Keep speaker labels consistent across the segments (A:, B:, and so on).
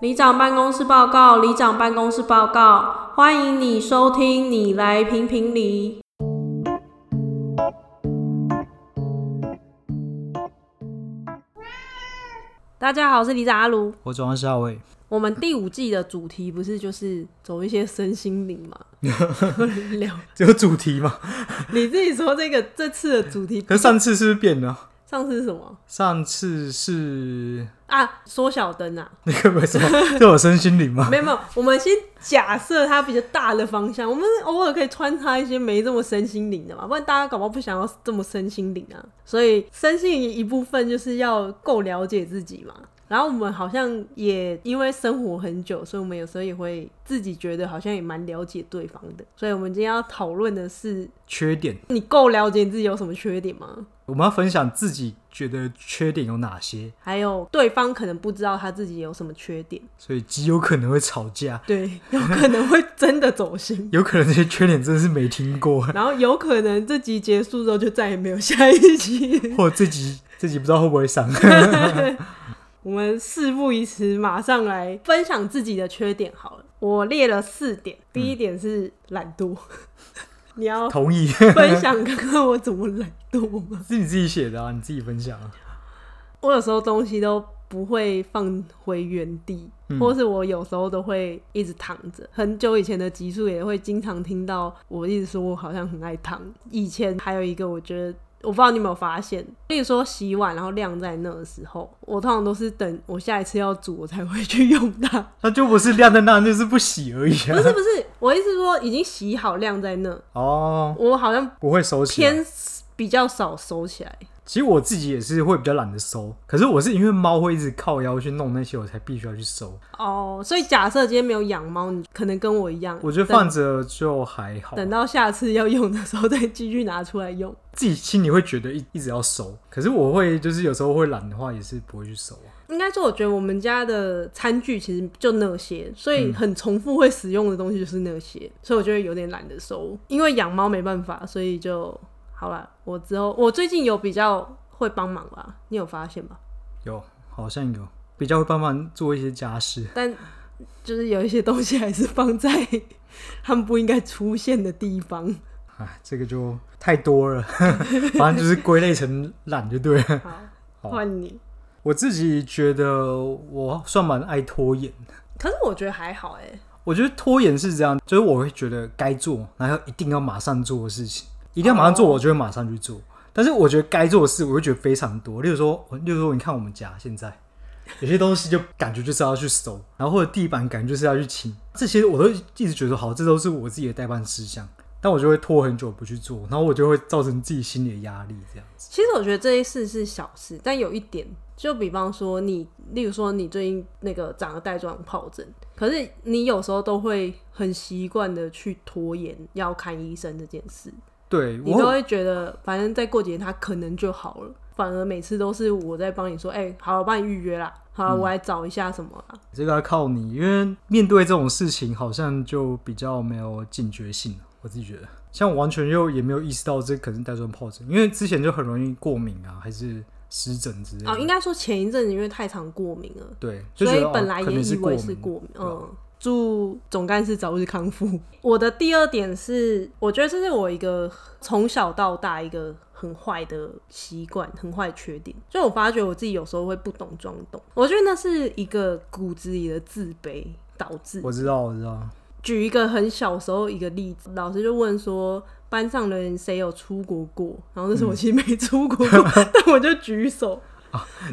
A: 里长办公室报告，里长办公室报告，欢迎你收听，你来评评理。大家好，我是里长阿卢。
B: 我转换是阿伟，
A: 我们第五季的主题不是就是走一些身 心灵嘛？聊
B: 只有主题嘛？
A: 你自己说这个这次的主题，
B: 可是上次是不是变了？
A: 上次是什么
B: 上次是
A: 啊？缩小灯啊？
B: 那个为 什么就我身心灵吗？
A: 没有没有，我们先假设它比较大的方向，我们偶尔可以穿插一些没这么身心灵的嘛，不然大家搞不好不想要这么身心灵啊。所以身心灵一部分就是要够了解自己嘛。然后我们好像也因为生活很久，所以我们有时候也会自己觉得好像也蛮了解对方的。所以我们今天要讨论的是，
B: 缺点，
A: 你够了解你自己有什么缺点吗？
B: 我们要分享自己觉得缺点有哪些，
A: 还有对方可能不知道他自己有什么缺点，
B: 所以极有可能会吵架，
A: 对，有可能会真的走心。
B: 有可能这些缺点真的是没听 过，
A: 然后有可能这集结束之后就再也没有下一集。
B: 或者自己自己不知道会不会上。
A: 我们事不宜迟，马上来分享自己的缺点好了。我列了四点，第一点是懒惰。 你要
B: 同意，
A: 分享看看我怎么懒惰吗？
B: 是你自己写的啊，你自己分享啊。
A: 我有时候东西都不会放回原地，
B: 嗯
A: 或是我有时候都会一直躺着。很久以前的集数也会经常听到我一直说我好像很爱躺。以前还有一个，我觉得。我不知道你有没有发现，例如说洗碗然后晾在那的时候，我通常都是等我下一次要煮我才会去用它。
B: 那就不是晾在那，就是不洗而已
A: 不
B: 啊。
A: 是不是，我意思说已经洗好晾在那，
B: 哦，
A: 我好像
B: 不会收起来。
A: 偏比较少收起来。
B: 其实我自己也是会比较懒得收，可是我是因为猫会一直靠腰去弄那些，我才必须要去收。
A: 哦，所以假设今天没有养猫，你可能跟我一样，
B: 我觉得放着就还好，
A: 等到下次要用的时候再继续拿出来用。
B: 自己心里会觉得一一直要收，可是我会就是有时候会懒的话，也是不会去收啊。
A: 应该说，我觉得我们家的餐具其实就那些，所以很重复会使用的东西就是那些，所以我就会有点懒得收。因为养猫没办法，所以就好了。我之后我最近有比较会帮忙吧，你有发现吧？
B: 有，好像有比较会帮忙做一些家事，
A: 但就是有一些东西还是放在他们不应该出现的地方。
B: 哎，这个就太多了， 反正就是归类成懒就对了。
A: 好，
B: 好
A: 换你。
B: 我自己觉得我算蛮爱拖延，
A: 可是我觉得还好哎、
B: 我觉得拖延是这样，就是我会觉得该做，然后一定要马上做的事情，一定要马上做，
A: 哦
B: 我就会马上去做。但是我觉得该做的事，我会觉得非常多。例如说，例如说，你看我们家现在有些东西，就感觉就是要去收，然后或者地板感觉就是要去清，这些我都一直觉得好，这都是我自己的代办事项，但我就会拖很久不去做，然后我就会造成自己心理的压力，这样子。
A: 其实我觉得这一事是小事，但有一点，就比方说你，例如说你最近那个长了带状疱疹，可是你有时候都会很习惯的去拖延要看医生这件事，
B: 对
A: 你
B: 我
A: 都
B: 很，
A: 会觉得反正再过几天它可能就好了，反而每次都是我在帮你说，哎、好了，我帮你预约啦，好了，我来找一下什么啦。
B: 这个要靠你，因为面对这种事情，好像就比较没有警觉性。我自己觉得，像我完全又也没有意识到这可能是带状疱疹，因为之前就很容易过敏啊，还是湿疹之类的。
A: 哦，应该说前一阵子因为太常过敏了，
B: 对，就
A: 所
B: 觉
A: 以
B: 得
A: 本
B: 哦
A: 来
B: 可能
A: 也以为
B: 是
A: 是过
B: 过
A: 敏，
B: 对啊吧
A: 嗯。祝总干事早日康复。 我的第二点是，我觉得这是我一个从小到大一个很坏的习惯，很坏的缺点。就我发觉我自己有时候会不懂装懂，我觉得那是一个骨子里的自卑导致。
B: 我知道，我知道，
A: 举一个很小时候一个例子，老师就问说班上的人谁有出国过，然后那
B: 嗯
A: 时候我其实没出国过， 但我就举手，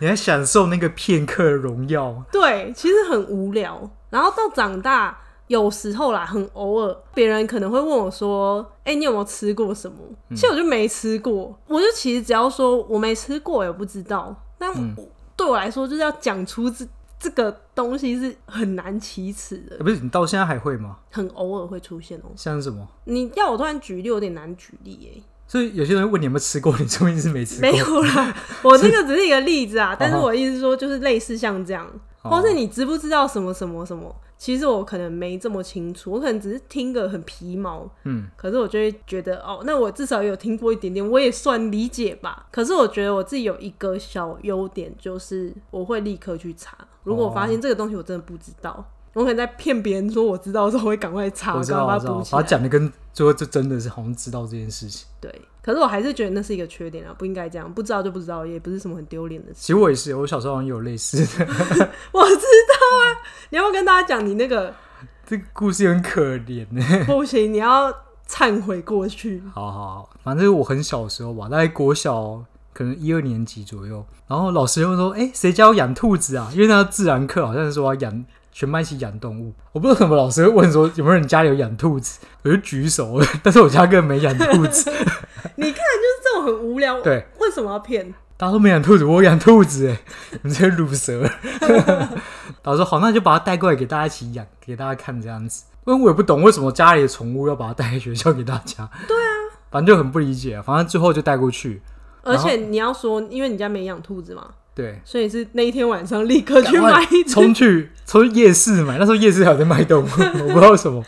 B: 你还享受那个片刻的荣耀，
A: 对，其实很无聊。然后到长大，有时候啦，很偶尔，别人可能会问我说：“哎、你有没有吃过什么？”其实我就没吃过，我就其实只要说我没吃过，也不知道。但我、对我来说，就是要讲出这这个东西是很难启齿的
B: 呃，不是你到现在还会吗？
A: 很偶尔会出现哦、
B: 像是什么？
A: 你要我突然举例，有点难举例耶、
B: 所以有些人会问你有没有吃过，你说明是没吃过
A: 没。有啦，我这个只是一个例子啊，但是
B: 哦好好
A: 我意思说，就是类似像这样，
B: 哦
A: 或是你知不知道什么什么什么，其实我可能没这么清楚，我可能只是听个很皮毛，
B: 嗯，
A: 可是我就会觉得哦，那我至少有听过一点点，我也算理解吧。可是我觉得我自己有一个小优点，就是我会立刻去查，如果我发
B: 哦
A: 现这个东西我真的不知道。我可能在骗别人说我知道的时候，我会赶快查，
B: 我知
A: 赶
B: 道，
A: 快
B: 我
A: 把
B: 知
A: 它
B: 道，
A: 补
B: 把
A: 起
B: 它
A: 来。
B: 讲的跟最后就真的是好像知道这件事情。
A: 对，可是我还是觉得那是一个缺点啊，不应该这样，不知道就不知道，也不是什么很丢脸的事。
B: 其实我也是，我小时候好像也有类似的，
A: 我知道啊，你要不要跟大家讲你 那个
B: 这个故事很可怜呢。
A: 不行，你要忏悔过去。
B: 好好好，反正我很小的时候吧，大概国小可能一二年级左右，然后老师就说：“哎、谁教养兔子啊？”因为那自然课好像是说要养全班一起养动物，我不知道为什么老师会问说有没有人家里有养兔子，我就举手， 但是我家根本没养兔子，
A: 你看，就是这种很无聊，
B: 对，
A: 为什么要骗？
B: 大家都没养兔子，我有养兔子， 哎，你们这些乳蛇。 老师说好，那就把它带过来给大家一起养，给大家看这样子。因为我也不懂为什么家里的宠物要把它带来学校给大家，对啊，反正就很不理解，啊反正最后就带过去。
A: 而且你要说，因为你家没养兔子嘛，
B: 对，
A: 所以是那一天晚上立刻去
B: 赶快
A: 买一只。
B: 冲去冲去夜市买，那时候夜市还有在卖动物， 我不知道为什么，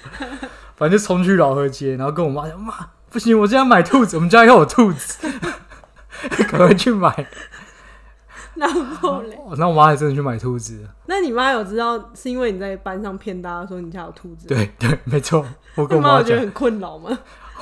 B: 反正就冲去老河街，然后跟我妈讲，妈不行，我今天要买兔子，我们家要有兔子， 赶快去买。
A: 然后嘞，
B: 哦那我妈还真的去买兔子了，
A: 那你妈有知道是因为你在班上骗大家说你家有兔子？，
B: 对对， 没错，我
A: 你
B: 跟我
A: 妈
B: 妈
A: 有觉得
B: 讲，
A: 很困 扰吗？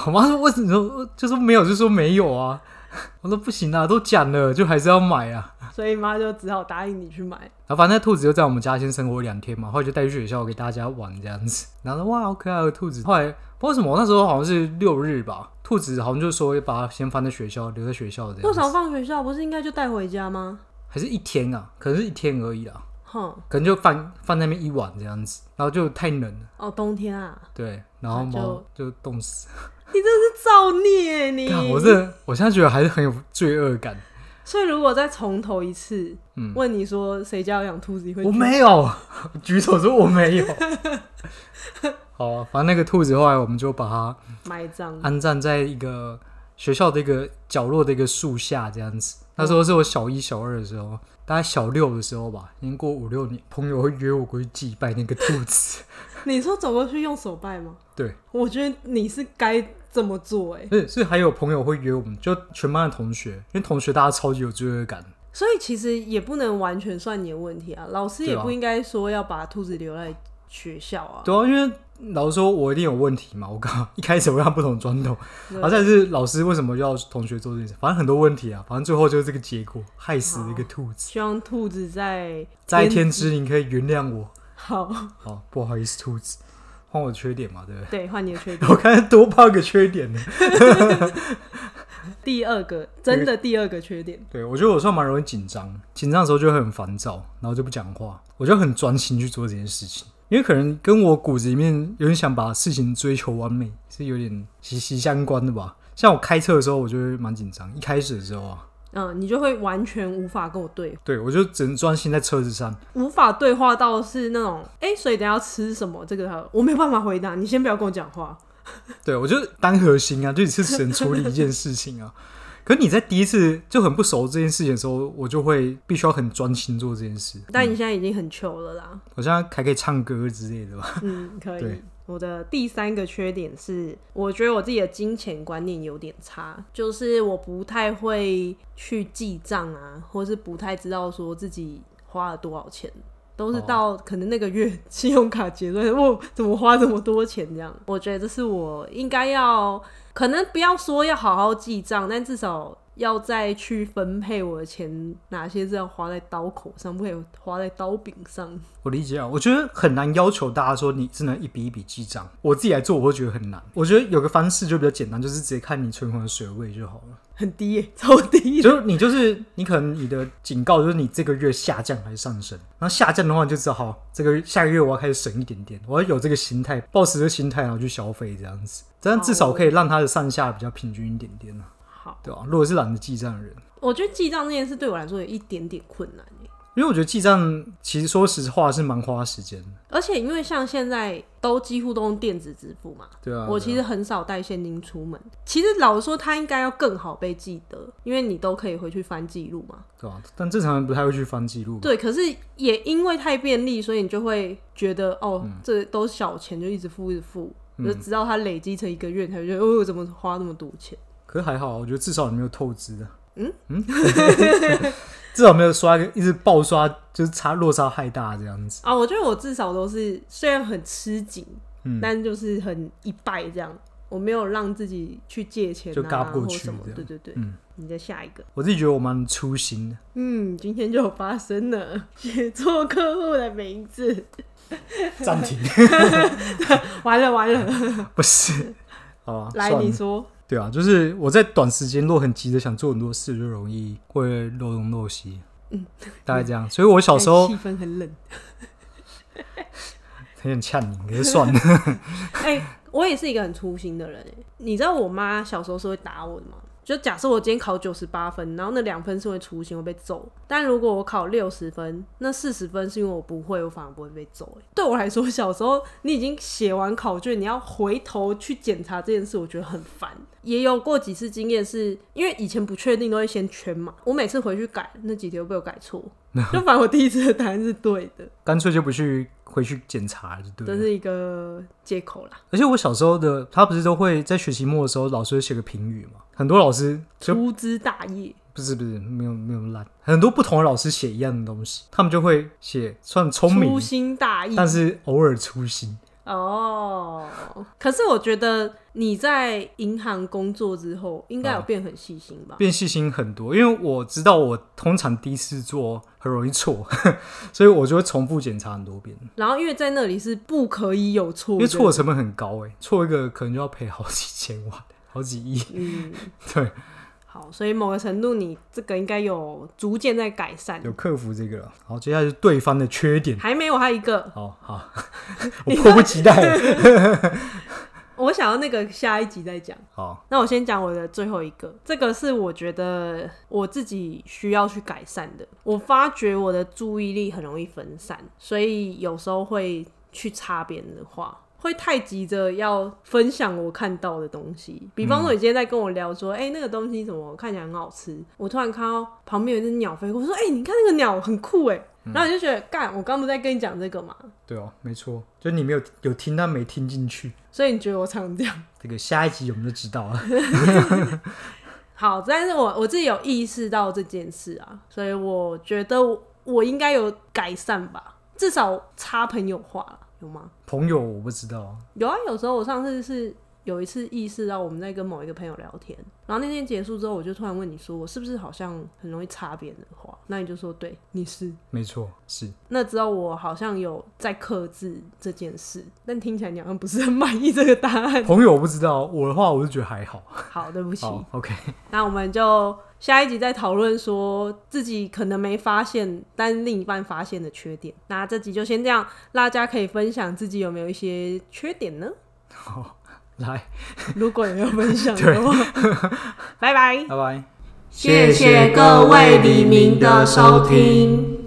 B: 我妈说为什么就说没有，就说没有啊， 我说不行啊，都讲了，就还是要买啊。
A: 所以妈就只好答应你去买。
B: 然后反正那兔子就在我们家先生活两天嘛，后来就带去学校给大家玩这样子。然后说哇，好可爱的哦兔子。后来不知道为什么，那时候好像是六日吧，兔子好像就说把它先放在学校，留在学校这
A: 为
B: 样
A: 什
B: 子。
A: 么放学校不是应该就带回家吗？
B: 还是一天啊，可能是一天而已啦，
A: 哼，
B: 可能就放放在那边一晚这样子，然后就太冷了，
A: 哦，冬天啊，
B: 对，然后
A: 那就
B: 猫就冻死。
A: 你真的是造孽你！
B: 看我这，我现在觉得还是很有罪恶感。
A: 所以如果再从头一次，
B: 嗯
A: 问你说谁家有养兔子，你会
B: 我
A: 举
B: 没有， 举手说我没有。好、啊，反正那个兔子后来我们就把它
A: 埋葬？
B: 安葬在一个学校的一个角落的一个树下这样子。那时候是我小一、小二的时候，大概小六的时候吧，已经过五六年。朋友会约我过去祭拜那个兔子，
A: 你说走过去用手拜吗？
B: 对，
A: 我觉得你是该这么做哎、
B: 是是还有朋友会约我们，就全班的同学，因为同学大家超级有罪恶感，
A: 所以其实也不能完全算你的问题啊，老师也
B: 对啊
A: 不应该说要把兔子留在学校啊。
B: 对啊，因为老师说我一定有问题嘛，我刚好一开始我让不同砖头，
A: 对
B: 然后再是老师为什么要同学做这件事，反正很多问题啊，反正最后就是这个结果，害死了一个兔子。
A: 希望兔子在
B: 在天之灵可以原谅我，
A: 好，
B: 好不好意思，兔子，换我缺点嘛，对不对？
A: 对，换你的缺点。
B: 我看多怕个缺点呢。
A: 第二个，真的第二个缺点，
B: 对，我觉得我算蛮容易紧张，紧张的时候就会很烦躁，然后就不讲话，我就很专心去做这件事情。因为可能跟我骨子里面有点想把事情追求完美是有点息息相关的吧。像我开车的时候，我就会蛮紧张。一开始的时候啊，
A: 嗯，你就会完全无法跟我对话，
B: 对我就只能专心在车子上。
A: 无法对话到是那种，哎、所以等一下要吃什么？这个他我没有办法回答，你先不要跟我讲话。
B: 对我就单核心啊，就只是只能处理一件事情啊。可你在第一次就很不熟这件事情的时候，我就会必须要很专心做这件事。
A: 但你现在已经很糗 了啦，
B: 好像还可以唱歌之类的吧。
A: 嗯，可以
B: 对。
A: 我的第三个缺点是，我觉得我自己的金钱观念有点差，就是我不太会去记账啊，或是不太知道说自己花了多少钱，都是到可能那个月信用卡结算，我怎么花这么多钱这样。我觉得这是我应该要，可能不要说要好好记账，但至少。要再去分配我的钱，哪些是要花在刀口上，不可以花在刀柄上。
B: 我理解啊，我觉得很难要求大家说你只能一笔一笔记账。我自己来做，我会觉得很难。我觉得有个方式就比较简单，就是直接看你存款的水位就好了。
A: 很低耶、超低的。
B: 就是你就是你可能你的警告就是你这个月下降还是上升，然后下降的话你就知道好，这个下个月我要开始省一点点，我要有这个心态，抱持这个心态然后去消费这样子，这样至少可以让它的上下比较平均一点点啊，
A: 好，
B: 对吧、如果是懒得记账的人，
A: 我觉得记账这件事对我来说有一点点困难耶、
B: 因因为我觉得记账其实说实话是蛮花时间的，
A: 而且因为像现在都几乎都用电子支付嘛，
B: 对啊。
A: 我其
B: 对
A: 实
B: 啊
A: 很少带现金出门。其实老实说，它应该要更好被记得，因为你都可以回去翻记录嘛。
B: 对啊，但正常人不太会去翻记录吧。
A: 对，可是也因为太便利，所以你就会觉得哦，
B: 嗯
A: 这都是小钱，就一直付一直付，就直到它累积成一个月，你才会觉得哦，我怎么花那么多钱？
B: 可是还好，我觉得至少你没有透支啊。
A: 嗯
B: 嗯， 至少没有刷一个一直爆刷，就是差落差太大这样子。
A: 啊，我觉得我至少都是虽然很吃紧，
B: 嗯
A: 但就是很一败这样，我没有让自己去借钱、啊、
B: 就嘎不过去
A: 或什么
B: 这。样
A: 对对对，
B: 嗯
A: 你的下一个，
B: 我自己觉得我蛮粗心的，
A: 嗯，今天就有发生了，写错客户的名字，
B: 暂停，
A: 完了完了，
B: 不是，好吧，
A: 来
B: 算
A: 你
B: 了
A: 说，
B: 对啊，就是我在短时间若很急的想做很多事，就容易会漏东漏西，嗯，大概这样。所以我小时候
A: 哎气氛很冷，
B: 很想呛你，可是算了，
A: 哎、我也是一个很粗心的人、哎，你知道我妈小时候是会打我的吗？就假设我今天考九十八分，然后那两分是会粗心会被揍，但如果我考六十分，那四十分是因为我不会，我反而不会被揍、哎，对我来说，小时候你已经写完考卷，你要回头去检查这件事，我觉得很烦。也有过几次经验是，因为以前不确定都会先圈嘛，我每次回去改那几题又被我改错，就反而我第一次的答案是对的，
B: 干脆就不去回去检查了，就对
A: 这
B: 了。
A: 是一个借口啦。
B: 而且我小时候的，他不是都会在学期末的时候，老师会写个评语嘛？很多老师就
A: 粗枝大叶，
B: 不是不是没有没有那么烂，很多不同的老师写一样的东西，他们就会写算聪明
A: 粗，心大意。
B: 但是偶尔粗心。
A: 哦，可是我觉得你在银行工作之后，应该有变很细心吧？
B: 变细心很多，因为我知道我通常第一次做很容易错， 所以我就会重复检查很多遍，
A: 然后因为在那里是不可以有错，
B: 因为错的，成本很高哎、错一个可能就要赔好几千万、 好几亿。
A: 嗯，
B: 对，
A: 好，所以某个程度你这个应该有逐渐在改善。
B: 有克服这个了。好，接下来是对方的缺点。
A: 还没有，还有一个，
B: 好好， 我迫不及待了。
A: 我想要那个下一集再讲。
B: 好，
A: 那我先讲我的最后一个，这个是我觉得我自己需要去改善的。我发觉我的注意力很容易分散，所以有时候会去插别人的话。会太急着要分享我看到的东西，比方说你今天在跟我聊说，哎、那个东西怎么看起来很好吃？我突然看到旁边有一只鸟飞过，我说，哎、你看那个鸟很酷哎，然后你就觉得，干，我刚不是在跟你讲这个嘛，
B: 对哦，没错，就你没有有听，但没听进去。
A: 所以你觉得我常常这样。
B: 这个下一集我们就知道了。
A: 好，但是我我自己有意识到这件事啊，所以我觉得我我应该有改善吧，至少插朋友话啦有吗？
B: 朋友我不知道，
A: 有啊，有时候我上次是有一次意识到我们在跟某一个朋友聊天，然后那天结束之后，我就突然问你说，我是不是好像很容易插别人的话？那你就说对，你是。
B: 没错，是
A: 那之后我好像有在克制这件事，但听起来你好像不是很满意这个答 案。
B: 朋友我不知道，我的话我是觉得还好。
A: 好，对不起。
B: 好，OK，
A: 那我们就下一集再讨论说自己可能没发现，但另一半发现的缺点。那这集就先这样，大家可以分享自己有没有一些缺点呢？
B: 好，来，
A: 如果有没有分享的话，拜拜。
B: 拜拜。
C: 谢谢各位黎明的收听。